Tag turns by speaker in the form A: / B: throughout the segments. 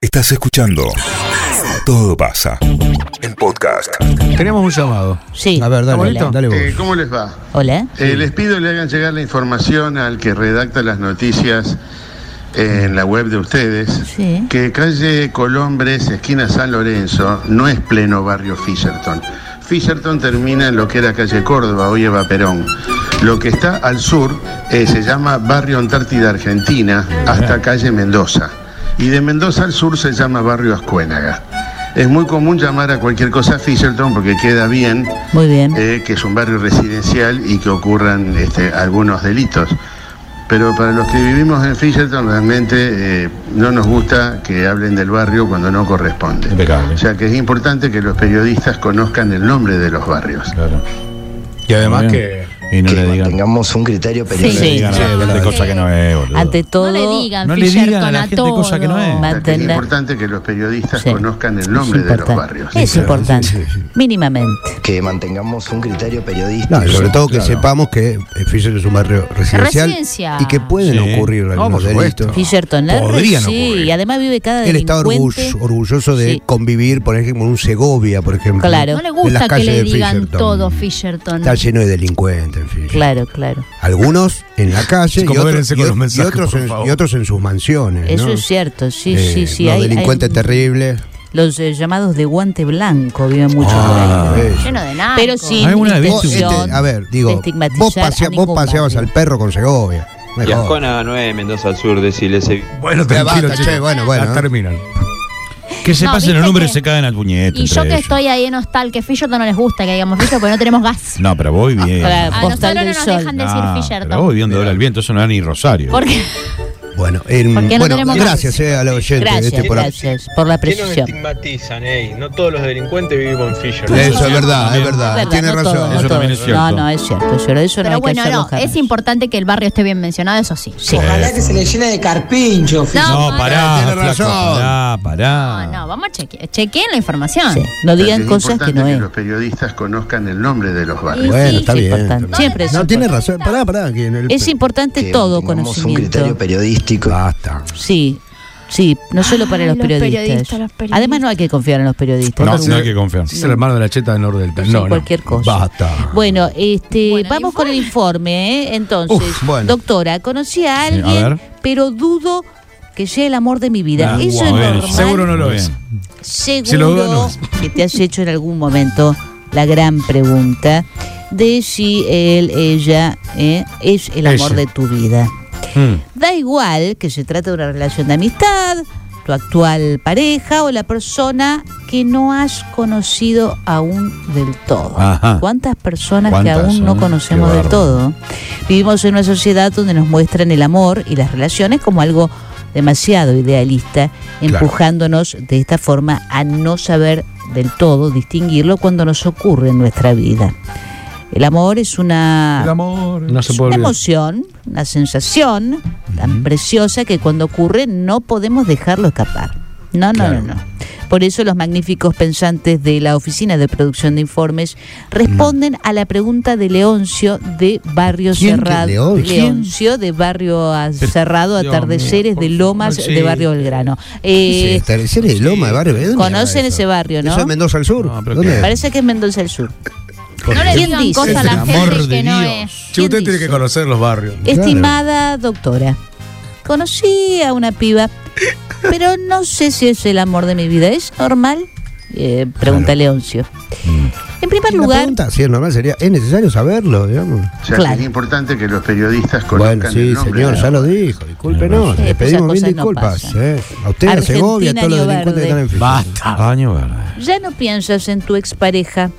A: Estás escuchando Todo pasa. El podcast.
B: Teníamos un llamado.
C: Sí.
D: A ver, dale,
B: ¿Está bonito?
D: dale vos.
E: Eh, ¿Cómo les va?
C: Hola.
E: Eh, les pido le hagan llegar la información al que redacta las noticias en la web de ustedes,
C: Sí.
E: que calle Colombres, esquina San Lorenzo, no es pleno barrio Fisherton. Fisherton termina en lo que era calle Córdoba, hoy Eva Perón. Lo que está al sur eh, se llama barrio Antártida Argentina hasta calle Mendoza. Y de Mendoza al sur se llama barrio Ascuénaga. Es muy común llamar a cualquier cosa Fisherton porque queda bien
C: Muy bien.
E: eh, que es un barrio residencial y que ocurran este, algunos delitos. Pero para los que vivimos en Fisherton realmente eh, no nos gusta que hablen del barrio cuando no corresponde.
B: Impecable.
E: O sea que es importante que los periodistas conozcan el nombre de los barrios.
B: Claro. Y además
F: Muy
B: que.
F: bien. Y no
G: que
F: le digan.
G: tengamos un criterio
B: no
G: periodístico.
B: le
C: Sí.
B: digan
C: Sí,
B: a la gente
F: verdad.
B: cosa que no es, boludo.
C: Ante todo,
H: No le digan,
F: No le digan
H: Fisherton,
F: a la gente
H: todo.
F: cosa que no es.
E: O sea, que es
C: Mantener-
E: importante que los periodistas
C: Sí.
E: conozcan el nombre
C: es
E: de los
C: importante.
E: barrios.
C: Es importante. Mínimamente.
G: Que mantengamos un criterio periodístico.
D: No, y sobre todo que
B: Claro.
D: sepamos que eh, Fisher es un barrio residencial
H: Residencia.
D: y que pueden
B: Sí.
D: ocurrir
B: No,
D: algunos
B: por supuesto.
D: delitos.
C: Fisherton la-
D: Podrían
C: Sí,
D: ocurrir.
C: y además vive cada
D: Él está
C: delincuente.
D: orgullo- orgulloso de
C: Sí.
D: convivir, por ejemplo, con un Segovia, por ejemplo.
C: Claro.
H: No le
D: en las
H: gusta que
D: calles de
H: le digan
D: Fisherton.
H: todo Fisherton.
D: Está lleno de delincuentes, en Fisher.
C: Claro, claro.
D: Algunos en la calle y otros,
B: Conférense con
D: y-
B: los mensajes,
D: y otros
B: por
D: en,
B: favor.
D: y otros en sus mansiones.
C: Eso
D: Eh, ¿no?
C: es cierto. Sí,
D: Eh,
C: sí, sí.
D: Los
C: hay- hay-
D: delincuentes terribles.
C: Los eh, llamados de guante blanco viven mucho por ahí.
D: eso.
H: Lleno de nada.
C: Pero sin
F: ¿Alguna vez
D: Eh, Vos, este,
C: intención
D: a ver,
C: de
D: digo,
C: estigmatizar
D: vos,
C: a
D: pasea- vos
C: ningún
D: paseabas al
C: barrio.
D: perro con Segovia. Me
I: Y
D: jodas.
I: Ascona 9, Mendoza al sur, decirles.
B: Bueno,
D: Ya
B: tranquilo,
D: basta,
B: chicos.
D: che, bueno, bueno. ¿eh?
B: La terminan.
F: Que se
H: No,
F: pasen los
H: viste
F: números
H: que-
F: y se cagan al puñete.
H: Y yo
F: entre
H: que
F: ellos.
H: estoy ahí en hostal, que Fisherton no les gusta que digamos Fisherton porque no tenemos gas.
F: No, pero voy bien.
C: Para
H: A
C: Postal
H: nosotros Ah, no
C: del
H: nos
C: Sol.
H: dejan decir
F: No, pero voy
H: Fisherton.
F: bien dobla el viento, eso no era ni Rosario.
H: Porque
D: Bueno, em,
H: ¿Por qué no
D: bueno
H: tenemos
D: gracias eh, a la oyente de
C: Gracias,
D: este programa.
C: gracias por la precisión.
I: estigmatizan, ey. No todos los delincuentes vivimos en Fisher.
D: Eso es verdad, es verdad,
C: verdad,
D: tiene
C: no
D: razón.
C: todo, no
F: Eso
C: todo.
F: también es cierto.
C: No, no, es cierto. Pero eso no
H: Pero
C: hay que
H: bueno,
C: hacerlo
H: no,
C: jamás.
H: es importante que el barrio esté bien mencionado, eso sí.
C: Sí.
J: Ojalá que se le llene de carpincho, Fisher.
F: No,
H: no,
F: pará,
D: tiene
F: flaco,
D: razón.
F: pará, pará.
H: No, no, vamos a chequear. Chequeen la información.
C: Sí, No
E: O sea, que
C: digan
E: es
C: cosas que
E: importante
C: no es.
E: los periodistas conozcan el nombre de los barrios.
D: Bueno,
C: Sí,
D: está
C: es
D: bien.
C: importante.
D: está bien.
C: Siempre es
D: no, tiene
C: importante.
D: razón. Pará, pará. Que en el-
C: Es importante
G: que
C: todo
G: mantengamos un criterio
C: conocimiento.
G: periodístico.
F: Ah,
D: Basta.
C: Sí, sí, no solo para
H: Ay,
C: los
H: los
C: periodistas.
H: periodistas, los periodistas.
C: Además no hay que confiar en los periodistas.
F: No,
C: Con-
F: no hay que confiar.
B: Es el hermano de la cheta del norte del
C: Sí,
B: No, no.
C: cualquier cosa.
D: Basta.
C: Bueno, este,
H: Bueno, el
C: vamos con el informe, ¿eh? Entonces,
D: Uf, bueno.
C: doctora, conocí a
F: Sí, a
C: alguien,
F: ver.
C: pero dudo que sea el amor de mi vida.
F: Ah,
C: Eso
F: muy
C: es
F: bien,
C: normal.
B: Seguro no lo
F: Muy
B: es.
F: bien.
C: Seguro
B: Si lo duda, no es.
C: que te has hecho en algún momento la gran pregunta de si él, ella, ¿eh? es el amor
B: Ella.
C: de tu vida.
F: Mm.
C: Da igual que se trate de una relación de amistad, tu actual pareja o la persona que no has conocido aún del todo.
F: Ajá.
C: ¿Cuántas personas
F: ¿Cuántas,
C: que aún
F: eh?
C: no
F: Qué
C: conocemos del
F: bárbaro.
C: todo? Vivimos en una sociedad donde nos muestran el amor y las relaciones como algo demasiado idealista,
D: Claro.
C: empujándonos de esta forma a no saber del todo distinguirlo cuando nos ocurre en nuestra vida. El amor es una
B: El amor.
F: No se
C: es
F: puede
C: una
F: olvidar.
C: emoción, una sensación tan preciosa que cuando ocurre no podemos dejarlo escapar. No, no,
B: Claro.
C: no, no. Por eso los magníficos pensantes de la Oficina de Producción de Informes responden a la pregunta de Leoncio de Barrio
D: ¿Quién que
C: Cerrado.
D: Leo- quién?
C: Leoncio de Barrio a- Cerrado,
F: Dios mío,
C: Atardeceres de
F: por
C: Lomas
F: favor,
C: de
F: sí.
C: Barrio Belgrano. Eh,
D: Establecer el Loma de Barrio. ¿de dónde
C: Conocen
D: era eso?
C: ese barrio, ¿no?
D: Eso es Mendoza al Sur.
F: No, pero
D: ¿Dónde
F: qué-
D: es?
C: parece que es Mendoza del Sur.
H: No le
C: ¿Quién
H: digan
C: dice?
H: cosas a la
F: El
H: gente
F: amor de
H: que no
F: Dios.
H: es.
B: Che, usted
C: ¿Quién
B: tiene que
C: dice?
B: conocer los barrios.
D: Claro.
C: Estimada doctora, conocí a una piba, pero no sé si es el amor de mi vida. ¿Es normal? Eh, pregunta
D: Claro.
C: Leoncio.
F: Mm.
C: En primer
D: La
C: lugar,
D: pregunta, si es normal, sería, es necesario saberlo, digamos.
E: O sea,
C: Claro.
E: que es importante que los periodistas conozcan
D: Bueno, sí,
E: el nombre.
D: señor,
E: de
D: ya lo
E: los
D: dijo. Discúlpenos,
C: Sí,
D: le
C: esas
D: pedimos mil
C: cosas no
D: disculpas.
C: pasan.
D: eh. A usted, a
C: Argentina,
D: Segovia, a todos los
C: Año
D: delincuentes que están
C: Verde.
D: en Fisher.
F: Basta. Baño verde.
C: ya no piensas en tu expareja.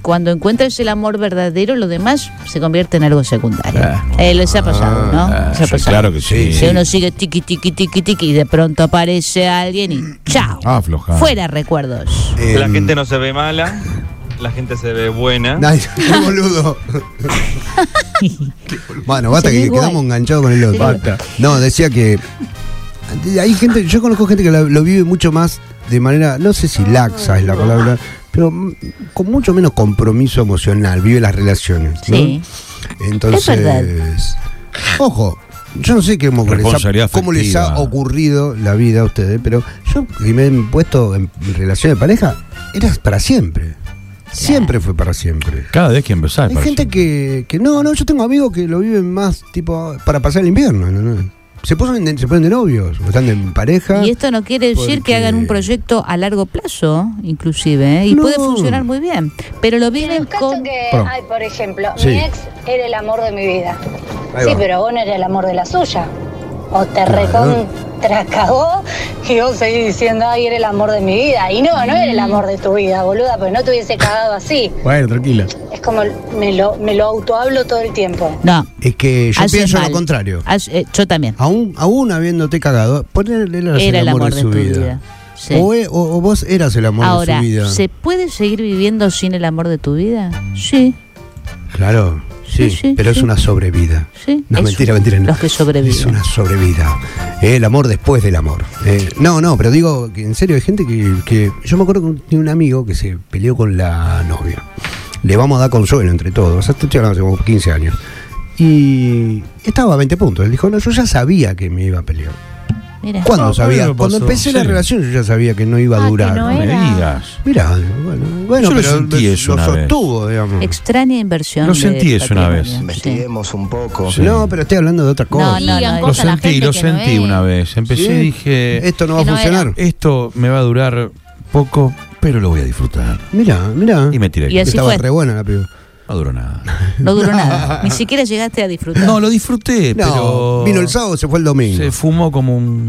C: Cuando encuentras el amor verdadero, lo demás se convierte en algo secundario.
F: Ah,
C: Eh, les ha pasado, ¿no?
F: Ah,
C: Les ha
F: sí,
C: pasado.
F: claro que sí.
C: Si uno sigue tiqui, tiqui, tiqui, tiqui, y de pronto aparece alguien y ¡chao!
F: Ah, aflojá.
C: Fuera recuerdos.
D: Eh,
I: La gente no se ve mala, la gente se ve buena.
D: Ay, qué boludo. bueno, basta
C: Sería
D: que
C: igual.
D: quedamos enganchados con el otro.
B: Basta.
D: No, decía que hay gente, yo conozco gente que la- lo vive mucho más de manera, no sé si laxa es la palabra, pero mm, con mucho menos compromiso emocional, vive las relaciones. ¿no?
C: Sí.
D: Entonces,
C: Es verdad.
D: ojo, Yo no sé qué- cómo, les ha,
F: Responsabilidad
D: cómo les ha
F: afectiva.
D: ocurrido la vida a ustedes, pero yo que me he puesto en relación de pareja, era para siempre. Siempre fue para siempre.
F: Cada vez que empezás.
D: Hay
F: parece.
D: gente que, que no, no, yo tengo amigos que lo viven más tipo para pasar el invierno. ¿no? ¿no? Se, ponen de, se ponen de novios, o están en pareja.
C: Y esto no quiere decir
D: Porque-
C: que hagan un proyecto a largo plazo, inclusive, ¿eh? y
D: No.
C: puede funcionar muy bien, pero lo viven con...
K: que
D: Perdón.
K: hay, por ejemplo,
D: Sí.
K: mi ex era el amor de mi vida.
D: Ahí
K: sí,
D: va.
K: pero vos no eras el amor de la suya. O te
D: Claro.
K: recontra cagó y vos seguís diciendo, ay, era el amor de mi vida. Y no, no era el amor de tu vida, boluda, pues no te hubiese cagado así.
B: Bueno, tranquila.
K: Es como me lo, me lo autohablo todo el tiempo.
C: No,
D: Es que yo
C: haces
D: pienso
C: mal.
D: lo contrario.
C: Haces- eh, yo también.
D: Aún, aún habiéndote cagado, ponerle el,
C: Era
D: amor, de su
C: tu
D: vida.
C: vida. Sí.
D: O, e- o- o vos eras el amor
C: Ahora,
D: de su vida.
C: ¿se puede seguir viviendo sin el amor de tu vida? Sí,
D: Claro, sí,
C: Sí, sí,
D: pero es
C: sí.
D: una sobrevida.
C: sí.
D: No,
C: Es
D: mentira,
C: un-
D: mentira. no.
C: Los que
D: Es
C: sobreviven.
D: una sobrevida. Eh, El amor después del amor. Eh, no, no, pero digo, que en serio, hay gente que, que- Yo me acuerdo que un- tenía un amigo que se peleó con la novia. Le vamos a dar consuelo entre todos. Hasta estoy hablando hace como 15 años. Y estaba a 20 puntos. Él dijo, no, yo ya sabía que me iba a pelear.
C: Mira.
D: ¿Cuándo
F: Ah,
D: sabía?
F: bueno,
D: Cuando
F: pasó,
D: empecé
F: sí.
D: la relación yo ya sabía que no iba
H: Ah,
D: a
H: que
D: durar.
H: no
F: No me
H: Era.
F: digas.
D: Mirá, bueno, bueno
F: Yo lo
D: pero
F: sentí
D: lo-
F: eso
D: lo
F: una vez.
D: sostuvo, digamos.
C: Extraña inversión.
F: Lo
C: de
F: sentí eso una vez.
C: patrimonio, sí.
G: Investiguemos un poco.
F: Sí.
D: No, pero estoy hablando de otra cosa.
C: No, no,
H: Digan
C: no,
F: Lo
H: cosas a la
F: sentí,
H: gente
F: lo
H: que
F: sentí
H: no es.
F: una vez. Empecé
D: Sí.
F: y dije,
D: Eh, Esto no va a
H: que no
D: funcionar.
F: esto me va a durar poco, pero lo voy a disfrutar.
D: Eh, Mirá, mirá.
F: Y me Eh, tiré.
C: Y así
D: Estaba
C: fue.
D: re buena la película.
F: No duró nada.
C: No duró nada. Ni siquiera llegaste a disfrutar.
F: No, lo disfruté,
D: No,
F: pero...
D: vino el sábado, se fue el domingo.
F: Se fumó como un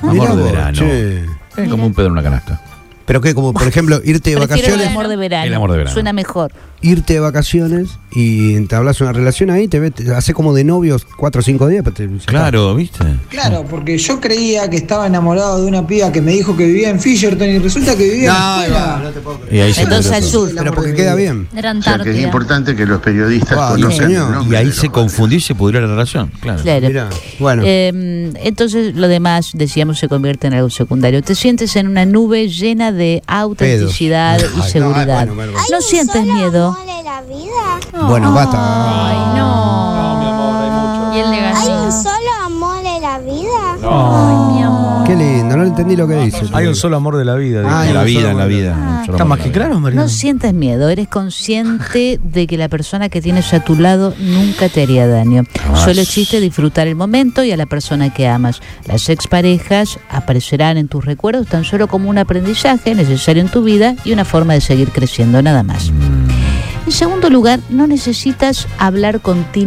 D: Mirá
F: amor de
D: vos,
F: verano.
D: che.
F: Eh, como un pedo en una canasta.
D: Pero que como por ejemplo irte de
C: Prefiero el
D: vacaciones,
C: amor de verano.
F: El amor de verano.
C: Suena mejor.
D: irte de vacaciones y entablas una relación ahí, te ves, te hace como de novios cuatro o cinco días, pero te- ya está.
F: Claro, ¿viste?
J: Claro, porque yo creía que estaba enamorado de una piba que me dijo que vivía en Fisherton y resulta que vivía
D: No,
J: en
D: ahí va, no
J: la
D: te puedo creer.
F: Y ahí se
C: Entonces
F: pudrió
C: al
F: todo.
C: sur.
D: Pero porque queda bien.
E: O
H: Era
E: sea, que es
H: Antártida.
E: importante que los periodistas
D: Ah, no,
E: conozcan
D: señor.
E: el nombre
F: Y ahí
E: de
F: se
E: los jóvenes.
F: confundió y se pudrió la relación. Claro.
C: Claro.
D: Mirá, bueno.
C: Eh, entonces lo demás, decíamos, se convierte en algo secundario. Te sientes en una nube llena de autenticidad
D: Pedos.
C: y
D: Ay,
C: seguridad.
D: no,
C: No,
D: ay, bueno, bueno.
C: sientes miedo.
K: la vida?
D: Bueno, basta.
H: Ay,
I: No, mi
H: no.
I: amor, hay mucho.
H: Y el de gallina.
K: solo amor en la vida?
H: Ay, mi amor.
D: Qué lindo, no entendí lo que dice.
B: Hay un solo amor de la vida.
D: Ah,
F: En
B: dice.
F: la vida, en la
D: Ah.
F: vida.
B: ¿Está más que claro, Mariano?
C: No sientes miedo, eres consciente de que la persona que tienes a tu lado nunca te haría daño.
F: Jamás.
C: Solo existe disfrutar el momento y a la persona que amas. Las exparejas aparecerán en tus recuerdos tan solo como un aprendizaje necesario en tu vida y una forma de seguir creciendo nada más. En segundo lugar, no necesitas hablar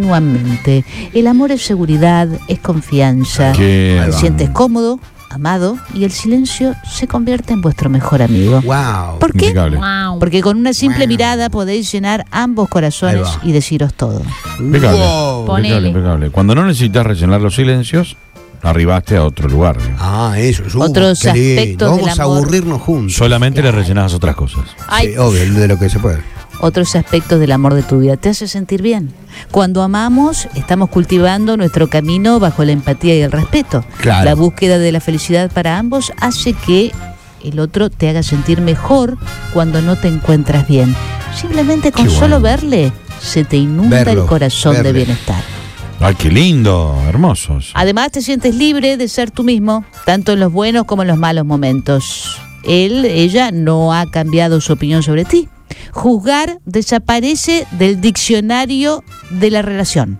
C: continuamente. El amor es seguridad, es confianza.
F: Qué
C: Te
F: va.
C: sientes cómodo, amado y el silencio se convierte en vuestro mejor amigo.
D: Wow.
C: ¿Por qué?
F: Impecable.
H: Wow.
C: Porque con una simple mirada podéis llenar ambos corazones
D: Ahí va.
C: y deciros todo.
F: Impecable.
D: Wow.
F: Impecable,
H: Ponele.
F: impecable. Cuando no necesitas rellenar los silencios, arribaste a otro lugar. digamos.
D: Ah, eso, es
C: Otros aspectos
D: Vamos
C: del
D: a
C: amor.
D: aburrirnos juntos.
F: Solamente le rellenabas otras cosas.
H: Ay,
D: Sí, obvio, de lo que se puede.
C: Otros aspectos del amor de tu vida te hace sentir bien. Cuando amamos, estamos cultivando nuestro camino bajo la empatía y el respeto.
D: Claro.
C: La búsqueda de la felicidad para ambos hace que el otro te haga sentir mejor cuando no te encuentras bien. Simplemente con
F: Qué bueno.
C: solo verle se te inunda
D: Verlo,
C: el corazón
D: verle.
C: de bienestar.
F: Ay, qué lindo, hermosos.
C: Además te sientes libre de ser tú mismo, tanto en los buenos como en los malos momentos. Él, ella no ha cambiado su opinión sobre ti. Juzgar desaparece del diccionario de la relación.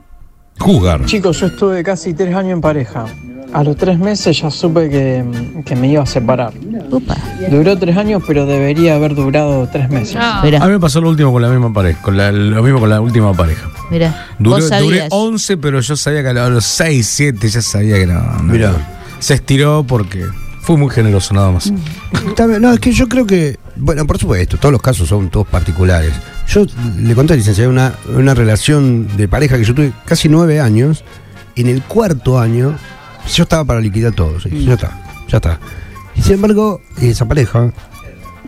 F: Jugar.
L: Chicos, yo estuve casi tres años en pareja. A los tres meses ya supe que, que me iba a separar.
C: Upa,
L: Duró tres años, pero debería haber durado tres meses.
H: No.
B: A
C: mira,
B: mí me pasó lo último con la misma pareja, con la- lo mismo con la última pareja.
D: Ah.
C: mira.
B: Duró-
C: Vos
B: duré
C: sabías.
B: 11, pero yo sabía que a los 6, 7 ya sabía que no. no.
D: Mirá.
B: Se estiró porque fue muy generoso nada más.
D: Mm. Está bien, No, es que yo creo que, bueno, por supuesto, todos los casos son todos particulares. Yo le conté, licenciado, una, una relación de pareja que yo tuve casi nueve años. En el cuarto año, yo estaba para liquidar todo. sí, Ya está, ya está. Y sin embargo, esa pareja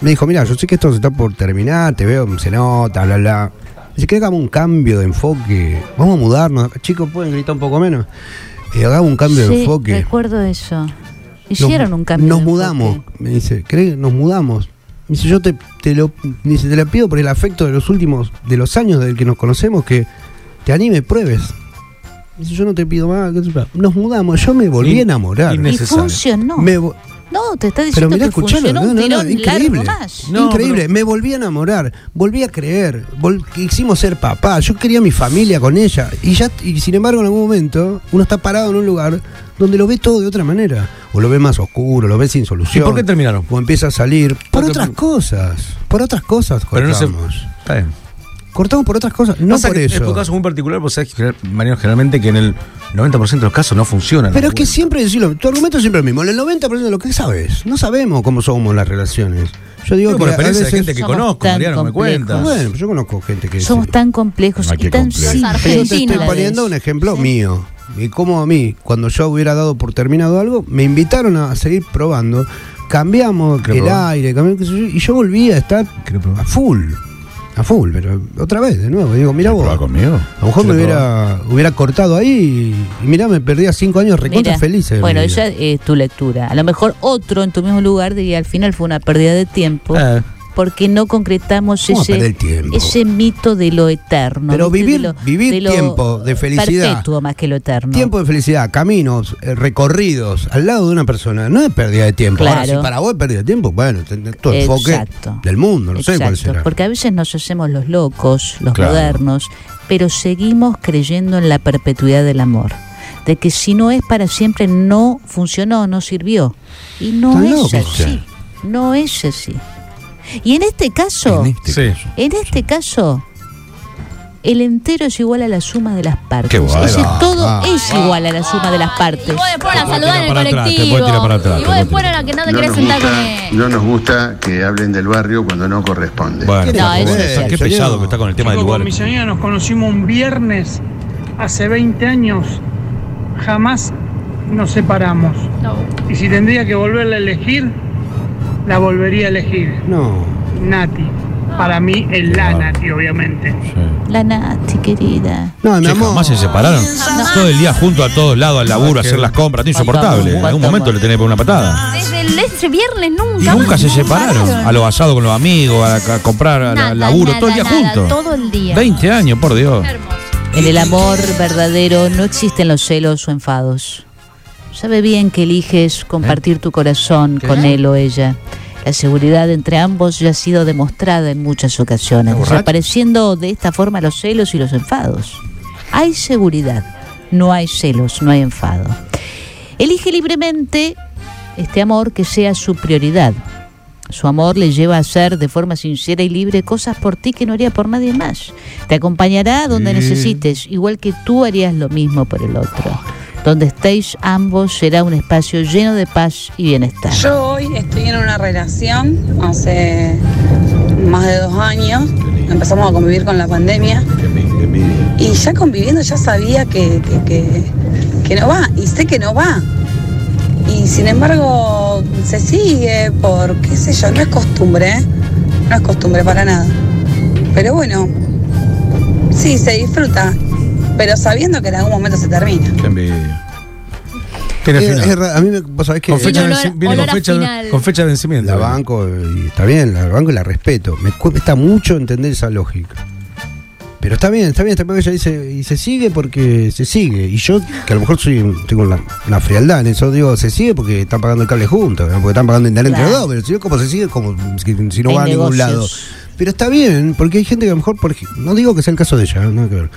D: me dijo: Mira, yo sé que esto se está por terminar, te veo, se nota, bla, bla. Dice que hagamos un cambio de enfoque. Vamos a mudarnos. Chicos, pueden gritar un poco menos. Eh, hagamos un cambio de
C: Sí,
D: enfoque.
C: recuerdo eso.
D: Nos-
C: Hicieron un cambio.
D: Nos
C: de enfoque.
D: mudamos, me dice. ¿Crees que nos mudamos? Me dice, yo te, te lo me dice, te la pido por el afecto de los últimos, de los años del que nos conocemos, que te anime, pruebes. Dice, yo no te pido más. qué sé yo. Nos mudamos, yo me volví
C: Y-
D: a enamorar.
C: Y funcionó.
D: Me vo-
C: No, te está
D: pero
C: diciendo
D: mirá,
C: que
D: escuchalo,
C: funcionó
D: no,
C: un
D: no, no,
C: tirón
D: increíble.
C: largo más.
D: increíble, me volví a enamorar, volví a creer, vol- quisimos ser papá, yo quería mi familia con ella. Y ya, y sin embargo, en algún momento, uno está parado en un lugar donde lo ve todo de otra manera. O lo ve más oscuro, lo ve sin
B: ¿Y
D: solución.
B: por qué terminaron?
D: O empieza a salir. Por
B: Otro-
D: otras cosas. Por otras cosas
B: Pero no
D: cortamos.
B: se. Está bien.
D: Cortamos por otras cosas. No
B: Pasa
D: por
B: que Es
D: eso.
B: por caso muy particular, porque sabes que, general- Mariano, generalmente que en el 90% de los casos no funcionan.
D: Pero es que siempre decirlo, tu argumento es siempre el mismo. El 90% de lo que sabes, no sabemos cómo somos las relaciones. Yo digo
B: Digo
D: que
B: por
D: a
B: experiencia de
D: veces-
B: gente que
C: Somos
B: conozco,
C: tan
B: Mariano, me
C: complejos.
B: cuentas.
D: Bueno, yo conozco gente que
C: Somos
D: dice-
C: tan complejos
F: Ah, qué
C: y tan
F: complejo.
D: Yo
C: simples.
D: te estoy
H: Argentina,
D: poniendo un ejemplo mío. Y como a mí, cuando yo hubiera dado por terminado algo, me invitaron a seguir probando. Cambiamos
B: Creo
D: el
B: probar.
D: aire, cambiamos, qué sé yo, y yo volví a estar
B: Creo probar.
D: a full. A full, pero otra vez, de nuevo. Digo, mira
F: ¿Querés
D: vos.
F: probar conmigo?
D: A lo mejor me
F: ¿Querés
D: hubiera, hubiera cortado ahí y, y mirá, me perdía cinco años recontra eh,
C: Mira,
D: felices. de mi
C: Bueno,
D: vida.
C: esa es tu lectura. A lo mejor otro en tu mismo lugar diría al final fue una pérdida de tiempo
B: Eh,
C: porque no concretamos
D: Ah. ¿Cómo perder
C: ese,
D: el tiempo?
C: ese mito de lo eterno.
D: Pero
C: ¿viste?
D: vivir-
C: De lo-
D: vivir
C: de lo
D: tiempo de felicidad.
C: Perpetuo más que lo eterno.
D: Tiempo de felicidad, caminos, eh, recorridos al lado de una persona, no es pérdida de tiempo. Ahora,
C: Claro.
D: si para vos es pérdida de tiempo, bueno, tenés tu enfoque
C: Exacto.
D: del mundo, no sé cuál
C: Exacto,
D: será.
C: Porque a veces nos hacemos los locos, los
F: Claro.
C: modernos, pero seguimos creyendo en la perpetuidad del amor. De que si no es para siempre, no funcionó, no sirvió. Y
D: Está
C: no es
D: loco,
C: así.
D: sí.
C: No es así. Y en este caso,
F: En
C: en,
F: este
B: Sí.
F: caso.
C: este caso, el entero es igual a la suma de las partes.
F: Qué guay,
C: Ese
D: va,
C: todo
D: va,
C: es igual a la suma de las
H: Y
C: partes.
H: vos después la
F: puede
H: saludás en
F: tirar
H: el
F: para atrás, te
H: colectivo.
F: puede tirar para atrás,
H: y
F: te
H: vos
F: puede
H: después
F: tirar.
H: a la que no te
E: No
H: querés
E: nos,
H: sentar con
E: gusta,
H: él.
E: no nos gusta que hablen del barrio cuando no corresponde.
F: Bueno,
D: No,
F: bueno,
D: eso es-
F: qué
D: eso
F: pesado
D: no.
F: que está con el tema del lugar.
L: nos conocimos un viernes hace 20 años. Jamás nos separamos.
H: No.
L: Y si tendría que volverla a elegir, la volvería a elegir.
D: No.
L: Nati. Para mí es la
F: Claro.
L: Nati, obviamente.
C: La Nati, querida.
D: No, mi
F: Che,
D: amor.
F: jamás se separaron. Todo el día junto a todos lados, al laburo, a hacer las compras, está insoportable. En algún momento le tenés que poner una patada.
H: Desde el ese viernes nunca.
F: Nunca
H: más
F: se
H: nos
F: separaron. A los asados con los amigos, a, a comprar, al
H: Nada,
F: laburo, todo el día
H: nada, nada,
F: juntos.
H: Todo el día.
F: 20 años, por Dios.
H: Hermoso.
C: En el amor verdadero no existen los celos o enfados. Sabe bien que eliges compartir tu corazón con él o ella. La seguridad entre ambos ya ha sido demostrada en muchas ocasiones, desapareciendo de esta forma los celos y los enfados. Hay seguridad, no hay celos, no hay enfado. Elige libremente este amor que sea su prioridad. Su amor le lleva a hacer de forma sincera y libre cosas por ti que no haría por nadie más. Te acompañará donde necesites, igual que tú harías lo mismo por el otro. Donde estéis ambos será un espacio lleno de paz y bienestar.
M: Yo hoy estoy en una relación hace más de dos años. Empezamos a convivir con la pandemia. Y ya conviviendo ya sabía que, que- que- que no va. Y sé que no va. Y sin embargo se sigue por, qué sé yo, no es costumbre. ¿eh? No es costumbre para nada. Pero bueno, sí, se disfruta. Pero sabiendo que en algún momento se termina.
F: Qué envidia. Eh,
B: tiene
D: Es-
B: final.
D: es ra- a mí me, vos sabés que
B: Con fecha,
H: Tiene
B: de venci-
H: olor a-
B: viene
H: olor
B: con,
H: a
B: fecha,
H: final.
B: con fecha de vencimiento.
D: la banco y está bien, la banco y la respeto. Me cuesta mucho entender esa lógica. Pero está bien, está bien, está bien que ella dice, y se sigue porque se sigue. Y yo, que a lo mejor soy, tengo una, una frialdad en eso, digo, se sigue porque están pagando el cable juntos, ¿no? porque están pagando internet entre
C: Claro.
D: dos, pero si no, como se sigue, como si, si no
C: Hay
D: va a ningún
C: negocios.
D: lado. Pero está bien, porque hay gente que a lo mejor, por ej- no digo que sea el caso de ella, ¿eh? nada que ver.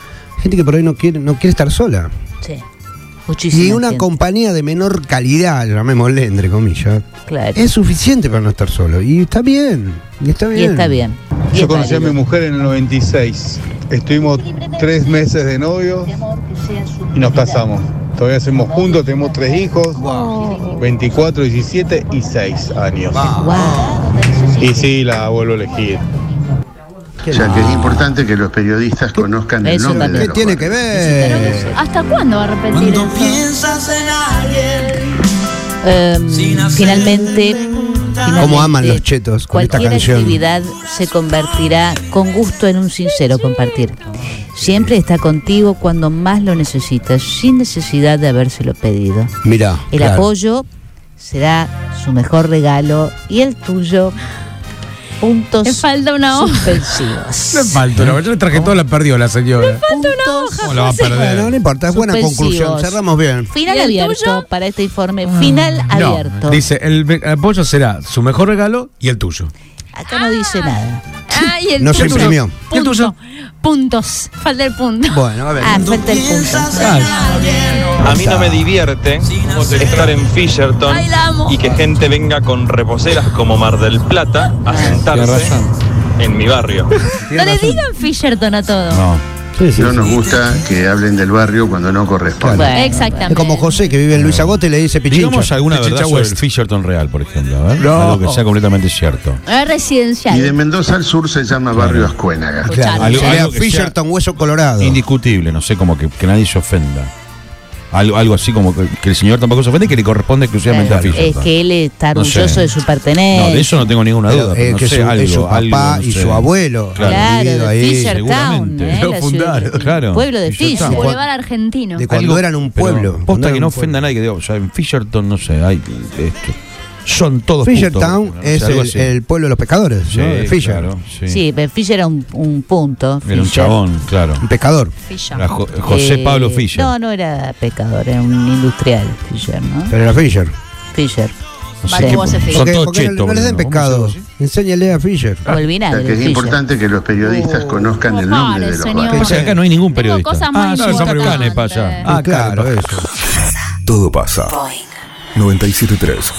D: gente que por ahí no quiere, no quiere estar sola.
C: Sí.
D: Y
C: Muchísima
D: una
C: gente,
D: compañía de menor calidad, llamémosle, entre comillas,
C: claro.
D: es suficiente para no estar solo. Y está bien. Y está
C: Y
D: bien.
C: está bien. Y
N: Yo
C: es
N: conocí a mi
C: válido.
N: mujer en el 96. Estuvimos tres meses de novio y nos casamos. Todavía somos juntos, tenemos tres hijos,
L: Ah.
N: 24, 17 y 6 años.
C: Guau.
N: Y sí, la vuelvo a elegir.
E: O sea que es importante que los periodistas conozcan el
C: Eso
E: nombre de
C: también.
D: ¿Qué tiene
E: los barrios.
D: que
H: Pero
D: ver?
H: que- ¿Hasta cuándo va a repetir eso?
C: Em, finalmente,
D: ¿Cómo
C: finalmente,
D: aman los chetos con esta
C: Cualquier
D: canción?
C: actividad se convertirá con gusto en un sincero compartir. Siempre está contigo cuando más lo necesitas, sin necesidad de habérselo pedido.
D: Mirá.
C: El
D: claro.
C: apoyo será su mejor regalo y el tuyo puntos.
H: Me falta una hoja.
C: Suspensivos.
B: Le falta una hoja. Yo le traje todo, la perdió la señora.
H: Me falta una hoja.
B: ¿Cómo la va a
H: José.
B: perder?
D: Bueno, no importa, es buena
C: Suspensivos.
D: conclusión. Cerramos bien.
C: Final
H: ¿Y el
C: abierto
H: tuyo?
C: para este informe. Final
B: No,
C: abierto.
B: dice, el ve- apoyo será su mejor regalo y el tuyo.
C: Acá no dice nada.
H: Ah, y el
D: No se
H: tuyo.
D: imprimió.
B: ¿Y el tuyo?
H: Punto. Puntos. Falta el punto.
D: Bueno, a ver.
C: Ah, falta el punto.
I: A mí no me divierte estar en Fisherton
H: Ay, la amo.
I: y que gente venga con reposeras como Mar del Plata
N: Ah,
I: a sentarse en mi barrio.
H: No le digan Fisherton a todo.
F: No.
D: Sí, sí,
E: No
D: sí.
E: nos gusta que hablen del barrio cuando no corresponde.
C: Bueno,
H: Exactamente.
D: Es como José que vive en Luis Agote y le dice Pichincha.
F: Digamos alguna
B: Pichincha
F: verdad sobre
B: West.
F: el Fisherton Real, por ejemplo. ¿eh?
D: No.
F: Algo que sea completamente cierto.
H: Ah,
E: Y de
H: residencial.
E: Mendoza al sur se llama barrio Ascuénaga.
D: Claro,
F: Algo-
D: sería
F: algo que
D: Fisherton Hueso Colorado.
F: Indiscutible, no sé, como que, que nadie se ofenda. Algo, algo así como que, que el señor tampoco se ofende y que le corresponde exclusivamente a
C: Claro, es
F: Fisherton.
C: que él está
F: No sé.
C: orgulloso de su pertenencia.
F: No, de eso no tengo ninguna
D: Pero,
F: duda.
D: eh,
F: pero no
D: que
F: sé,
D: su,
F: algo,
D: es su papá
F: algo, no
D: y
F: sé.
D: su abuelo. han
F: Claro.
C: Claro,
D: vivido
C: de
D: ahí.
C: Fisher Town,
F: seguramente.
C: ¿eh?
F: Lo
C: La
F: fundaron,
C: ciudad- el
F: claro.
C: pueblo de
F: Fisher
C: Fisher.
F: Town.
H: Boulevard argentino.
D: De cuando
F: Algo-
D: eran un
F: pero
D: pueblo. cuando
F: Posta
D: eran
F: que no
D: un pueblo.
F: ofenda a nadie, que digo, o sea, en Fisherton, no sé, hay esto. Son todos putos,
D: Fishertown
F: no sé,
D: es
F: algo
D: el,
F: así.
D: el pueblo de los pescadores.
F: Sí,
D: ¿no? De Fisher.
F: claro, sí.
C: Sí, pero Fisher era un, un punto.
F: Era un
C: Fisher.
F: chabón, claro.
D: Un pescador.
H: Fisher.
F: Era Jo- José
C: Eh,
F: Pablo Fisher.
C: No, no era pecador, era un industrial Fisher, ¿no?
D: Pero era Fisher.
C: Fisher.
F: Eh. No sé
H: Vale,
F: qué-
H: vos, Fisher.
F: son
D: Porque-
F: todos
D: porque no-
F: chetos.
D: No les den
F: boludo,
D: pescado.
F: ¿cómo se llama
D: Enséñale a Fisher.
C: O el
E: O sea,
C: vinagre.
E: Ah, que es
C: Fisher.
E: importante que los periodistas
C: Oh.
E: conozcan
H: No
E: el nombre
H: pare,
E: de los
H: señor.
E: barrios.
F: así? O sea, acá no hay ningún periodista.
H: cosas más
F: ah, no, son
H: importantes.
F: canes para allá.
D: Ah, claro, eso.
A: Todo pasa. 973.